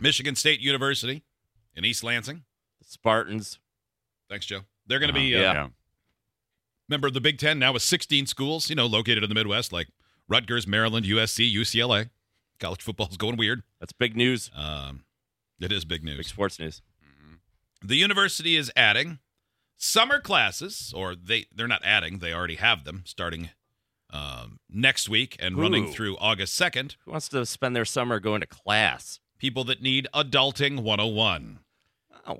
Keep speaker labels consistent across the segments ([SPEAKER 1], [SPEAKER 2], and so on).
[SPEAKER 1] Michigan State University in East Lansing.
[SPEAKER 2] Spartans. Uh-huh.
[SPEAKER 1] Thanks, Joe. They're going to be uh,
[SPEAKER 2] Yeah.
[SPEAKER 1] member of the Big Ten now with 16 schools, you know, located in the Midwest like Rutgers, Maryland, USC, UCLA. College football's going weird.
[SPEAKER 2] That's big news.
[SPEAKER 1] Um, it is big
[SPEAKER 2] Big
[SPEAKER 1] news.
[SPEAKER 2] sports news.
[SPEAKER 1] The university is adding summer classes, or they they're not adding; they already have them starting um, next week and running
[SPEAKER 2] Ooh.
[SPEAKER 1] through August second.
[SPEAKER 2] Who wants to spend their summer going to class?
[SPEAKER 1] People that need adulting 101.
[SPEAKER 2] Oh.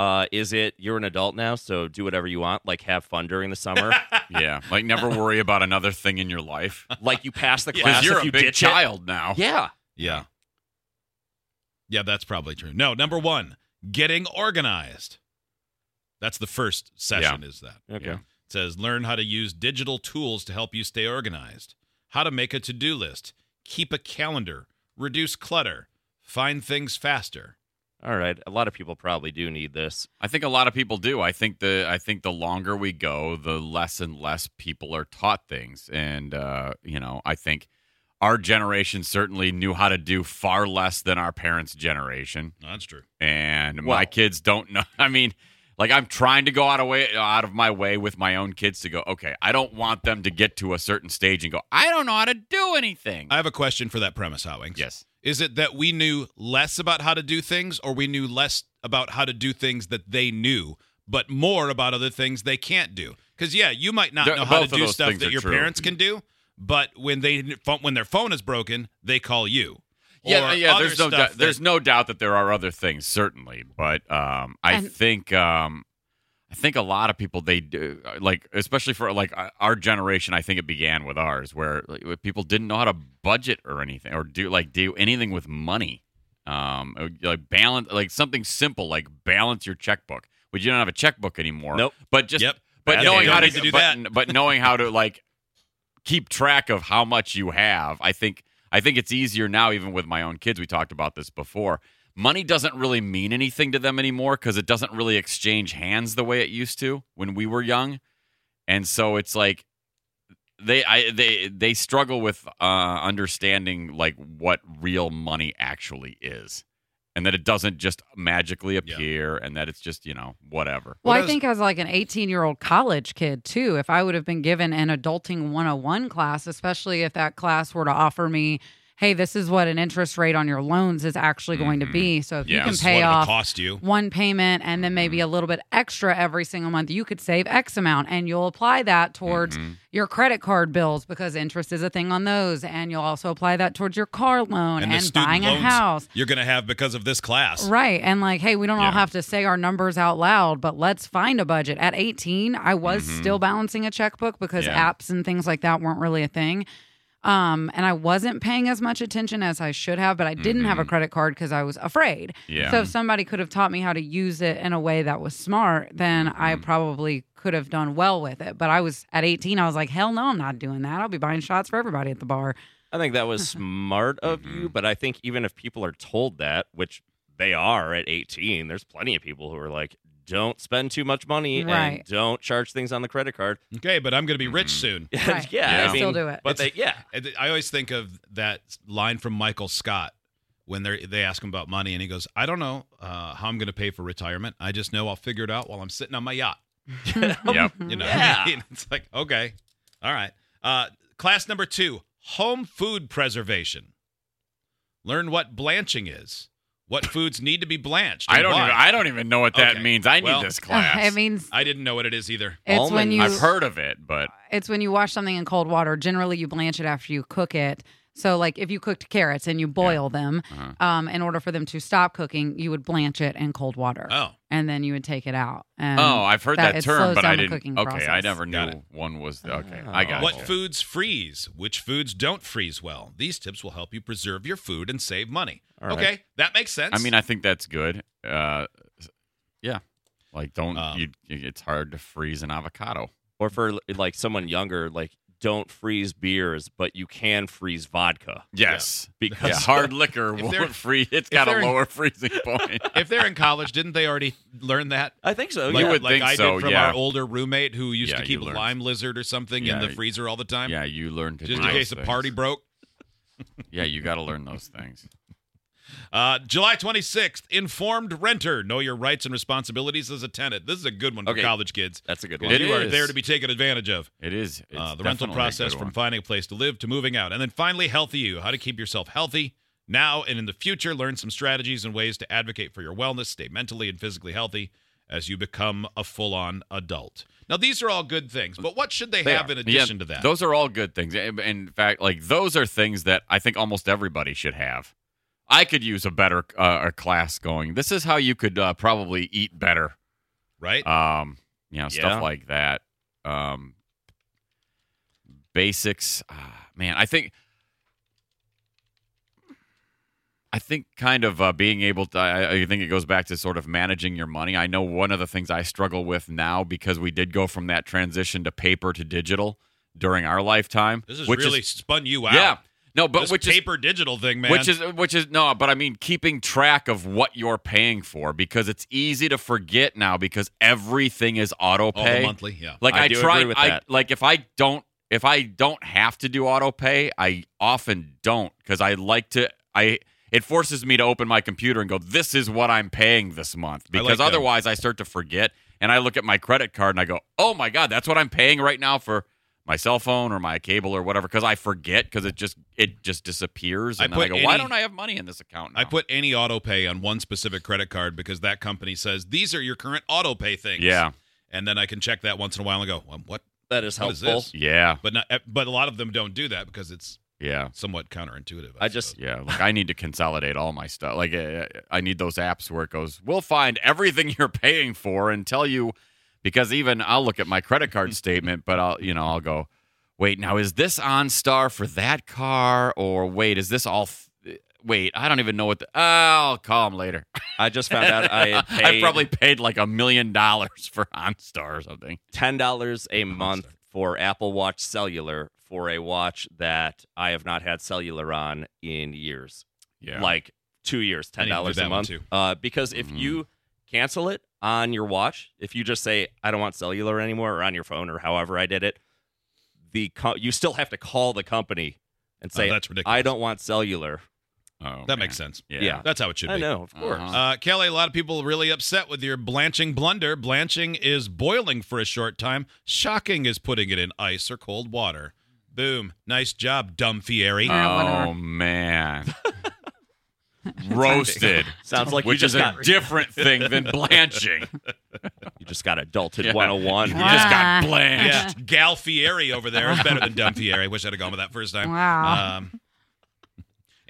[SPEAKER 2] Uh, is it you're an adult now, so do whatever you want, like have fun during the summer?
[SPEAKER 3] Yeah, like never worry about another thing in your life
[SPEAKER 2] like you pass the class
[SPEAKER 3] because you're
[SPEAKER 2] if you
[SPEAKER 3] a big
[SPEAKER 2] ditch it?
[SPEAKER 3] child now.
[SPEAKER 2] Yeah.
[SPEAKER 1] Yeah, yeah, that's probably true. No, number one, getting organized. That's the first session. Is that
[SPEAKER 2] Okay.
[SPEAKER 3] Yeah.
[SPEAKER 1] It says learn how to use digital tools to help you stay organized, how to make a to do list, keep a calendar, reduce clutter, find things faster.
[SPEAKER 2] All right. A lot of people probably do need this.
[SPEAKER 3] I think a lot of people do. I think the I think the longer we go, the less and less people are taught things, and uh, you know, I think our generation certainly knew how to do far less than our parents' generation.
[SPEAKER 1] No, that's true.
[SPEAKER 3] and
[SPEAKER 2] Well-
[SPEAKER 3] my kids don't know. I mean, like I'm trying to go out of way out of my way with my own kids to go. Okay, I don't want them to get to a certain stage and go. I don't know how to do anything.
[SPEAKER 1] I have a question for that premise, Howings.
[SPEAKER 3] yes,
[SPEAKER 1] Is it that we knew less about how to do things, or we knew less about how to do things that they knew, but more about other things they can't do? Because yeah, you might not
[SPEAKER 3] They're-
[SPEAKER 1] know how to
[SPEAKER 3] both of
[SPEAKER 1] do
[SPEAKER 3] those
[SPEAKER 1] stuff
[SPEAKER 3] things
[SPEAKER 1] that
[SPEAKER 3] are
[SPEAKER 1] your
[SPEAKER 3] true.
[SPEAKER 1] parents can do, but when they when their phone is broken, they call you.
[SPEAKER 3] yeah,
[SPEAKER 1] Or
[SPEAKER 3] yeah.
[SPEAKER 1] other
[SPEAKER 3] There's no
[SPEAKER 1] stuff
[SPEAKER 3] doubt, there's
[SPEAKER 1] that-
[SPEAKER 3] no doubt that there are other things certainly, but um, I
[SPEAKER 4] And-
[SPEAKER 3] think um, I think a lot of people they do like, especially for like uh, our generation. I think it began with ours where like, where people didn't know how to budget or anything or do like do anything with money. Um, uh, like balance, like something simple, like balance your checkbook. But you don't have a checkbook anymore.
[SPEAKER 2] Nope.
[SPEAKER 3] But just
[SPEAKER 1] Yep.
[SPEAKER 3] but
[SPEAKER 1] Bad
[SPEAKER 3] knowing
[SPEAKER 1] idea.
[SPEAKER 3] how to
[SPEAKER 1] Don't need to do
[SPEAKER 3] but, but knowing how to like keep track of how much you have. I think I think it's easier now even with my own kids. We talked about this before. Money doesn't really mean anything to them anymore cuz it doesn't really exchange hands the way it used to when we were young. And so it's like they I they they struggle with uh understanding like what real money actually is. And that it doesn't just magically
[SPEAKER 1] Yeah.
[SPEAKER 3] appear and that it's just, you know, whatever.
[SPEAKER 4] Well,
[SPEAKER 1] What
[SPEAKER 4] I
[SPEAKER 1] is-
[SPEAKER 4] think as like an 18 year old college kid too, if I would have been given an adulting 101 class, especially if that class were to offer me, hey, this is what an interest rate on your loans is actually going to be. So if
[SPEAKER 3] Yeah.
[SPEAKER 4] you can
[SPEAKER 1] This is
[SPEAKER 4] pay
[SPEAKER 1] Mm-hmm. what Mm-hmm. it'll
[SPEAKER 4] off
[SPEAKER 1] cost you.
[SPEAKER 4] one payment and then maybe a little bit extra every single month, you could save X amount and you'll apply that towards
[SPEAKER 1] Mm-hmm.
[SPEAKER 4] your credit card bills because interest is a thing on those. And you'll also apply that towards your car loan and,
[SPEAKER 1] the student
[SPEAKER 4] buying a
[SPEAKER 1] loans
[SPEAKER 4] house.
[SPEAKER 1] you're going to have because of this class.
[SPEAKER 4] Right. And like, hey, we don't
[SPEAKER 3] Yeah.
[SPEAKER 4] all have to say our numbers out loud, but let's find a budget. At 18, I was still balancing a checkbook because
[SPEAKER 3] Mm-hmm. Yeah.
[SPEAKER 4] apps and things like that weren't really a thing. Um, and I wasn't paying as much attention as I should have, but I didn't have a credit card because I was afraid.
[SPEAKER 3] Mm-hmm. Yeah.
[SPEAKER 4] So if somebody could have taught me how to use it in a way that was smart, then I
[SPEAKER 3] Mm-hmm.
[SPEAKER 4] probably could have done well with it. But I was at 18, I was like, hell no, I'm not doing that. I'll be buying shots for everybody at the bar.
[SPEAKER 2] I think that was smart of
[SPEAKER 3] Mm-hmm.
[SPEAKER 2] you, but I think even if people are told that, which they are at 18, there's plenty of people who are like, don't spend too much money and
[SPEAKER 4] Right.
[SPEAKER 2] don't charge things on the credit card.
[SPEAKER 1] Okay, but I'm going to be
[SPEAKER 3] Mm-hmm.
[SPEAKER 1] rich soon.
[SPEAKER 4] Yeah.
[SPEAKER 2] yeah, I
[SPEAKER 3] They
[SPEAKER 4] still
[SPEAKER 2] mean,
[SPEAKER 4] do it.
[SPEAKER 2] But they, yeah,
[SPEAKER 1] And I always think of that line from Michael Scott when they they ask him about money, and he goes, "I don't know uh, how I'm going to pay for retirement. I just know I'll figure it out while I'm sitting on my yacht."
[SPEAKER 3] Yep.
[SPEAKER 1] You know,
[SPEAKER 2] Yeah.
[SPEAKER 1] it's like okay, all right. Uh, class number two: home food preservation. Learn what blanching is. What foods need to be blanched.
[SPEAKER 3] I
[SPEAKER 1] and
[SPEAKER 3] don't.
[SPEAKER 1] why.
[SPEAKER 3] Even, I don't even know what that
[SPEAKER 1] Okay.
[SPEAKER 3] means. I
[SPEAKER 1] Well-
[SPEAKER 3] need this class.
[SPEAKER 4] it means
[SPEAKER 1] I didn't know what it is either.
[SPEAKER 4] it's when
[SPEAKER 2] Almond-
[SPEAKER 4] you
[SPEAKER 3] I've heard of it, but
[SPEAKER 4] it's when you wash something in cold water. Generally, you blanch it after you cook it. So, like if you cooked carrots and you boil them,
[SPEAKER 3] Uh-huh.
[SPEAKER 4] um, in order for them to stop cooking, you would blanch it in cold water,
[SPEAKER 1] Oh,
[SPEAKER 4] and then you would take it out. And
[SPEAKER 3] Oh, I've heard
[SPEAKER 4] Um, that-
[SPEAKER 3] that,
[SPEAKER 4] it
[SPEAKER 3] term,
[SPEAKER 4] slows
[SPEAKER 3] but I
[SPEAKER 4] down the
[SPEAKER 3] didn't. Okay,
[SPEAKER 4] cooking
[SPEAKER 3] I
[SPEAKER 4] process.
[SPEAKER 3] never knew
[SPEAKER 1] Got Ah.
[SPEAKER 3] one was. The, okay, I got
[SPEAKER 1] what
[SPEAKER 3] you.
[SPEAKER 1] foods freeze? Which foods don't freeze well? These tips will help you preserve your food and save money.
[SPEAKER 2] All right.
[SPEAKER 1] Okay, that makes sense.
[SPEAKER 3] I mean, I think that's good. Uh, yeah, like don't.
[SPEAKER 1] Um,
[SPEAKER 3] you, you- it's hard to freeze an avocado.
[SPEAKER 2] or for like someone younger, like don't freeze beers, but you can freeze vodka
[SPEAKER 3] Yes,
[SPEAKER 2] because
[SPEAKER 3] Yeah, hard liquor
[SPEAKER 1] If they're-
[SPEAKER 3] won't freeze. It's got
[SPEAKER 1] they're
[SPEAKER 3] a
[SPEAKER 1] in-
[SPEAKER 3] lower freezing point.
[SPEAKER 1] if they're in college, didn't they already learn that?
[SPEAKER 2] I think so.
[SPEAKER 1] Like,
[SPEAKER 2] yeah.
[SPEAKER 3] would
[SPEAKER 1] like
[SPEAKER 3] think
[SPEAKER 1] I did
[SPEAKER 3] so,
[SPEAKER 1] from
[SPEAKER 3] yeah.
[SPEAKER 1] our older roommate who used
[SPEAKER 3] Yeah,
[SPEAKER 1] to
[SPEAKER 3] you
[SPEAKER 1] keep a
[SPEAKER 3] learned.
[SPEAKER 1] lime lizard or something
[SPEAKER 3] Yeah,
[SPEAKER 1] in the
[SPEAKER 3] you-
[SPEAKER 1] freezer all the time.
[SPEAKER 3] yeah, you learn to
[SPEAKER 1] Just in
[SPEAKER 3] do those
[SPEAKER 1] case the
[SPEAKER 3] things.
[SPEAKER 1] party broke.
[SPEAKER 3] Yeah, you got to learn those things.
[SPEAKER 1] Uh, July 26th, informed renter. Know your rights and responsibilities as a tenant. This is a good one for
[SPEAKER 2] Okay.
[SPEAKER 1] college kids.
[SPEAKER 2] That's a good
[SPEAKER 3] It
[SPEAKER 2] one.
[SPEAKER 1] Because you are
[SPEAKER 3] is.
[SPEAKER 1] there to be taken advantage of.
[SPEAKER 3] It is it's
[SPEAKER 1] Uh, the rental
[SPEAKER 3] definitely a
[SPEAKER 1] process
[SPEAKER 3] good
[SPEAKER 1] from
[SPEAKER 3] one.
[SPEAKER 1] finding a place to live to moving out. And then finally, Healthy You, how to keep yourself healthy now and in the future. Learn some strategies and ways to advocate for your wellness, stay mentally and physically healthy as you become a full on adult. Now, these are all good things, but what should they,
[SPEAKER 3] They
[SPEAKER 1] have
[SPEAKER 3] are.
[SPEAKER 1] in addition
[SPEAKER 3] Yeah,
[SPEAKER 1] to that?
[SPEAKER 3] Those are all good things. In in fact, like those are things that I think almost everybody should have. I could use a better uh, a class going. This is how you could uh, probably eat better.
[SPEAKER 1] right?
[SPEAKER 3] Um, you know,
[SPEAKER 2] Yeah.
[SPEAKER 3] stuff like that. Um, basics. Ah, man, I think I think kind of uh, being able to, I, I think it goes back to sort of managing your money. I know one of the things I struggle with now because we did go from that transition to paper to digital during our lifetime.
[SPEAKER 1] this has
[SPEAKER 3] which
[SPEAKER 1] really spun you out.
[SPEAKER 3] yeah, no, but
[SPEAKER 1] This
[SPEAKER 3] which is
[SPEAKER 1] paper digital thing, man.
[SPEAKER 3] which is which is no, but I mean keeping track of what you're paying for because it's easy to forget now because everything is auto
[SPEAKER 1] all
[SPEAKER 3] pay.
[SPEAKER 1] Oh, the monthly. Yeah.
[SPEAKER 3] Like
[SPEAKER 2] I
[SPEAKER 3] I,
[SPEAKER 2] do
[SPEAKER 3] try
[SPEAKER 2] agree with
[SPEAKER 3] I,
[SPEAKER 2] that.
[SPEAKER 3] like if I don't if I don't have to do auto pay, I often don't because I like to I it forces me to open my computer and go, this is what I'm paying this month.
[SPEAKER 1] I like
[SPEAKER 3] Because
[SPEAKER 1] that.
[SPEAKER 3] otherwise I start to forget and I look at my credit card and I go, oh my God, that's what I'm paying right now for my cell phone or my cable or whatever because I forget because it just it just disappears
[SPEAKER 1] I
[SPEAKER 3] and then I
[SPEAKER 1] put
[SPEAKER 3] go why
[SPEAKER 1] any-
[SPEAKER 3] don't I have money in this account now?
[SPEAKER 1] I put any auto pay on one specific credit card because that company says these are your current auto pay things.
[SPEAKER 3] yeah
[SPEAKER 1] And then I can check that once in a while and go, well, what?
[SPEAKER 2] That is
[SPEAKER 1] What is
[SPEAKER 2] helpful.
[SPEAKER 1] this?
[SPEAKER 3] yeah
[SPEAKER 1] But not, eh, but a lot of them don't do that because it's
[SPEAKER 3] yeah
[SPEAKER 1] somewhat counterintuitive.
[SPEAKER 2] I just-
[SPEAKER 1] suppose.
[SPEAKER 3] Yeah, like I need to consolidate all my stuff. Like uh, I need those apps where it goes, we'll find everything you're paying for and tell you because even I'll look at my credit card statement, but I'll you know I'll go, wait, now is this OnStar for that car or wait, is this all? Th- wait, I don't even know what. The- uh, I'll call them later.
[SPEAKER 2] I just found out I had paid
[SPEAKER 3] I probably paid like a million dollars for OnStar or something.
[SPEAKER 2] ten dollars a month for Apple Watch Cellular for a watch that I have not had cellular on in years,
[SPEAKER 3] Yeah,
[SPEAKER 2] like two years.
[SPEAKER 1] I
[SPEAKER 2] Ten
[SPEAKER 1] need to do
[SPEAKER 2] dollars
[SPEAKER 1] that
[SPEAKER 2] a
[SPEAKER 1] one
[SPEAKER 2] month.
[SPEAKER 1] too. Mm-hmm.
[SPEAKER 2] Uh, because if
[SPEAKER 3] Mhm.
[SPEAKER 2] you cancel it on your watch, if you just say I don't want cellular anymore, or on your phone, or however I did it, the co- you still have to call the company and
[SPEAKER 1] Oh,
[SPEAKER 2] say
[SPEAKER 1] that's ridiculous.
[SPEAKER 2] I don't want cellular.
[SPEAKER 3] oh,
[SPEAKER 1] That
[SPEAKER 3] man.
[SPEAKER 1] makes sense.
[SPEAKER 3] Yeah.
[SPEAKER 2] Yeah.
[SPEAKER 1] That's how it should
[SPEAKER 2] I
[SPEAKER 1] be.
[SPEAKER 2] know, of course.
[SPEAKER 3] Uh-huh.
[SPEAKER 1] Uh, Kelly, a lot of people really upset with your blanching blunder. Blanching is boiling for a short time. Shocking is putting it in ice or cold water. Boom. Nice job, dumb Fieri.
[SPEAKER 4] Yeah, whatever.
[SPEAKER 3] Oh man, roasted.
[SPEAKER 2] Sounds like
[SPEAKER 3] which
[SPEAKER 2] you just
[SPEAKER 3] is a
[SPEAKER 2] got
[SPEAKER 3] different thing than blanching.
[SPEAKER 2] you just got adulted
[SPEAKER 3] Yeah.
[SPEAKER 2] 101.
[SPEAKER 3] You
[SPEAKER 4] Wow.
[SPEAKER 3] just got
[SPEAKER 1] yeah,
[SPEAKER 3] blanched.
[SPEAKER 1] Gal Fieri over there is better than dumb Fieri. Wish I'd have gone with that first time.
[SPEAKER 4] wow.
[SPEAKER 1] Um,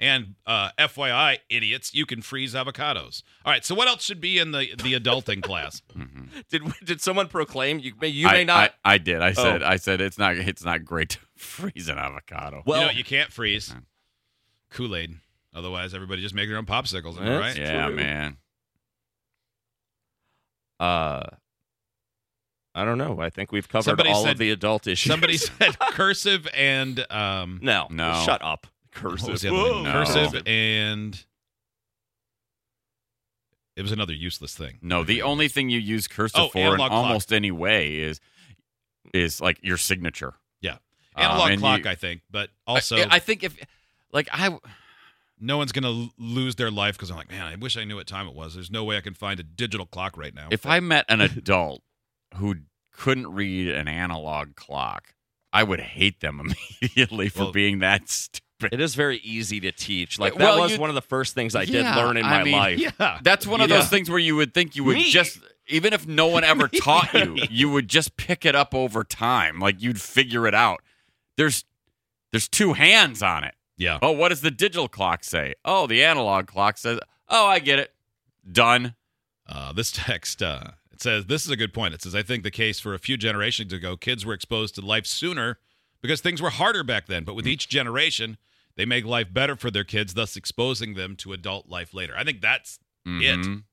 [SPEAKER 1] and uh, FYI, idiots, you can freeze avocados. All right, so what else should be in the the adulting class?
[SPEAKER 2] Did did someone proclaim you may you may
[SPEAKER 3] I,
[SPEAKER 2] not?
[SPEAKER 3] I, I did. I said. I said it's not. It's not great to freeze an avocado.
[SPEAKER 1] you know,
[SPEAKER 2] well,
[SPEAKER 1] what you can't freeze Kool Aid. Otherwise, everybody just make their own popsicles. Am I
[SPEAKER 2] That's
[SPEAKER 1] right?
[SPEAKER 3] yeah,
[SPEAKER 2] true.
[SPEAKER 3] man.
[SPEAKER 2] uh, I don't know. I think we've covered
[SPEAKER 1] Somebody
[SPEAKER 2] all
[SPEAKER 1] said-
[SPEAKER 2] of the adult issues.
[SPEAKER 1] Somebody said cursive and um,
[SPEAKER 2] no,
[SPEAKER 3] No.
[SPEAKER 2] shut up, cursive.
[SPEAKER 1] what was the other one?
[SPEAKER 3] No.
[SPEAKER 1] cursive and it was another useless thing.
[SPEAKER 3] No, the only thing you use cursive
[SPEAKER 1] Oh,
[SPEAKER 3] for in
[SPEAKER 1] analog clock.
[SPEAKER 3] almost any way is is like your signature.
[SPEAKER 1] Yeah.
[SPEAKER 3] Um,
[SPEAKER 1] analog
[SPEAKER 3] and
[SPEAKER 1] clock,
[SPEAKER 3] you-
[SPEAKER 1] I think, but also
[SPEAKER 3] I, I think if like I
[SPEAKER 1] no one's gonna l- lose their life because I'm like, man, I wish I knew what time it was. There's no way I can find a digital clock right now.
[SPEAKER 3] if I met an adult who couldn't read an analog clock, I would hate them immediately for
[SPEAKER 1] Well-
[SPEAKER 3] being that stupid.
[SPEAKER 2] It is very easy to teach. Like that
[SPEAKER 3] Uh, Well,
[SPEAKER 2] was
[SPEAKER 3] you-
[SPEAKER 2] one of the first things I
[SPEAKER 3] Yeah,
[SPEAKER 2] did learn in
[SPEAKER 3] I
[SPEAKER 2] my
[SPEAKER 3] mean,
[SPEAKER 2] life.
[SPEAKER 1] yeah,
[SPEAKER 3] That's one of
[SPEAKER 2] Yeah.
[SPEAKER 3] those things where you would think you would
[SPEAKER 2] Me.
[SPEAKER 3] just, even if no one ever taught you, you would just pick it up over time. Like you'd figure it out. There's, there's two hands on it.
[SPEAKER 1] Yeah.
[SPEAKER 3] Oh, what does the digital clock say? Oh, the analog clock says, oh, I get it. Done.
[SPEAKER 1] Uh, this text uh, it says this is a good point. It says I think the case for a few generations ago, kids were exposed to life sooner because things were harder back then. But with each generation, they make life better for their kids, thus exposing them to adult life later. I think that's
[SPEAKER 3] Mhm.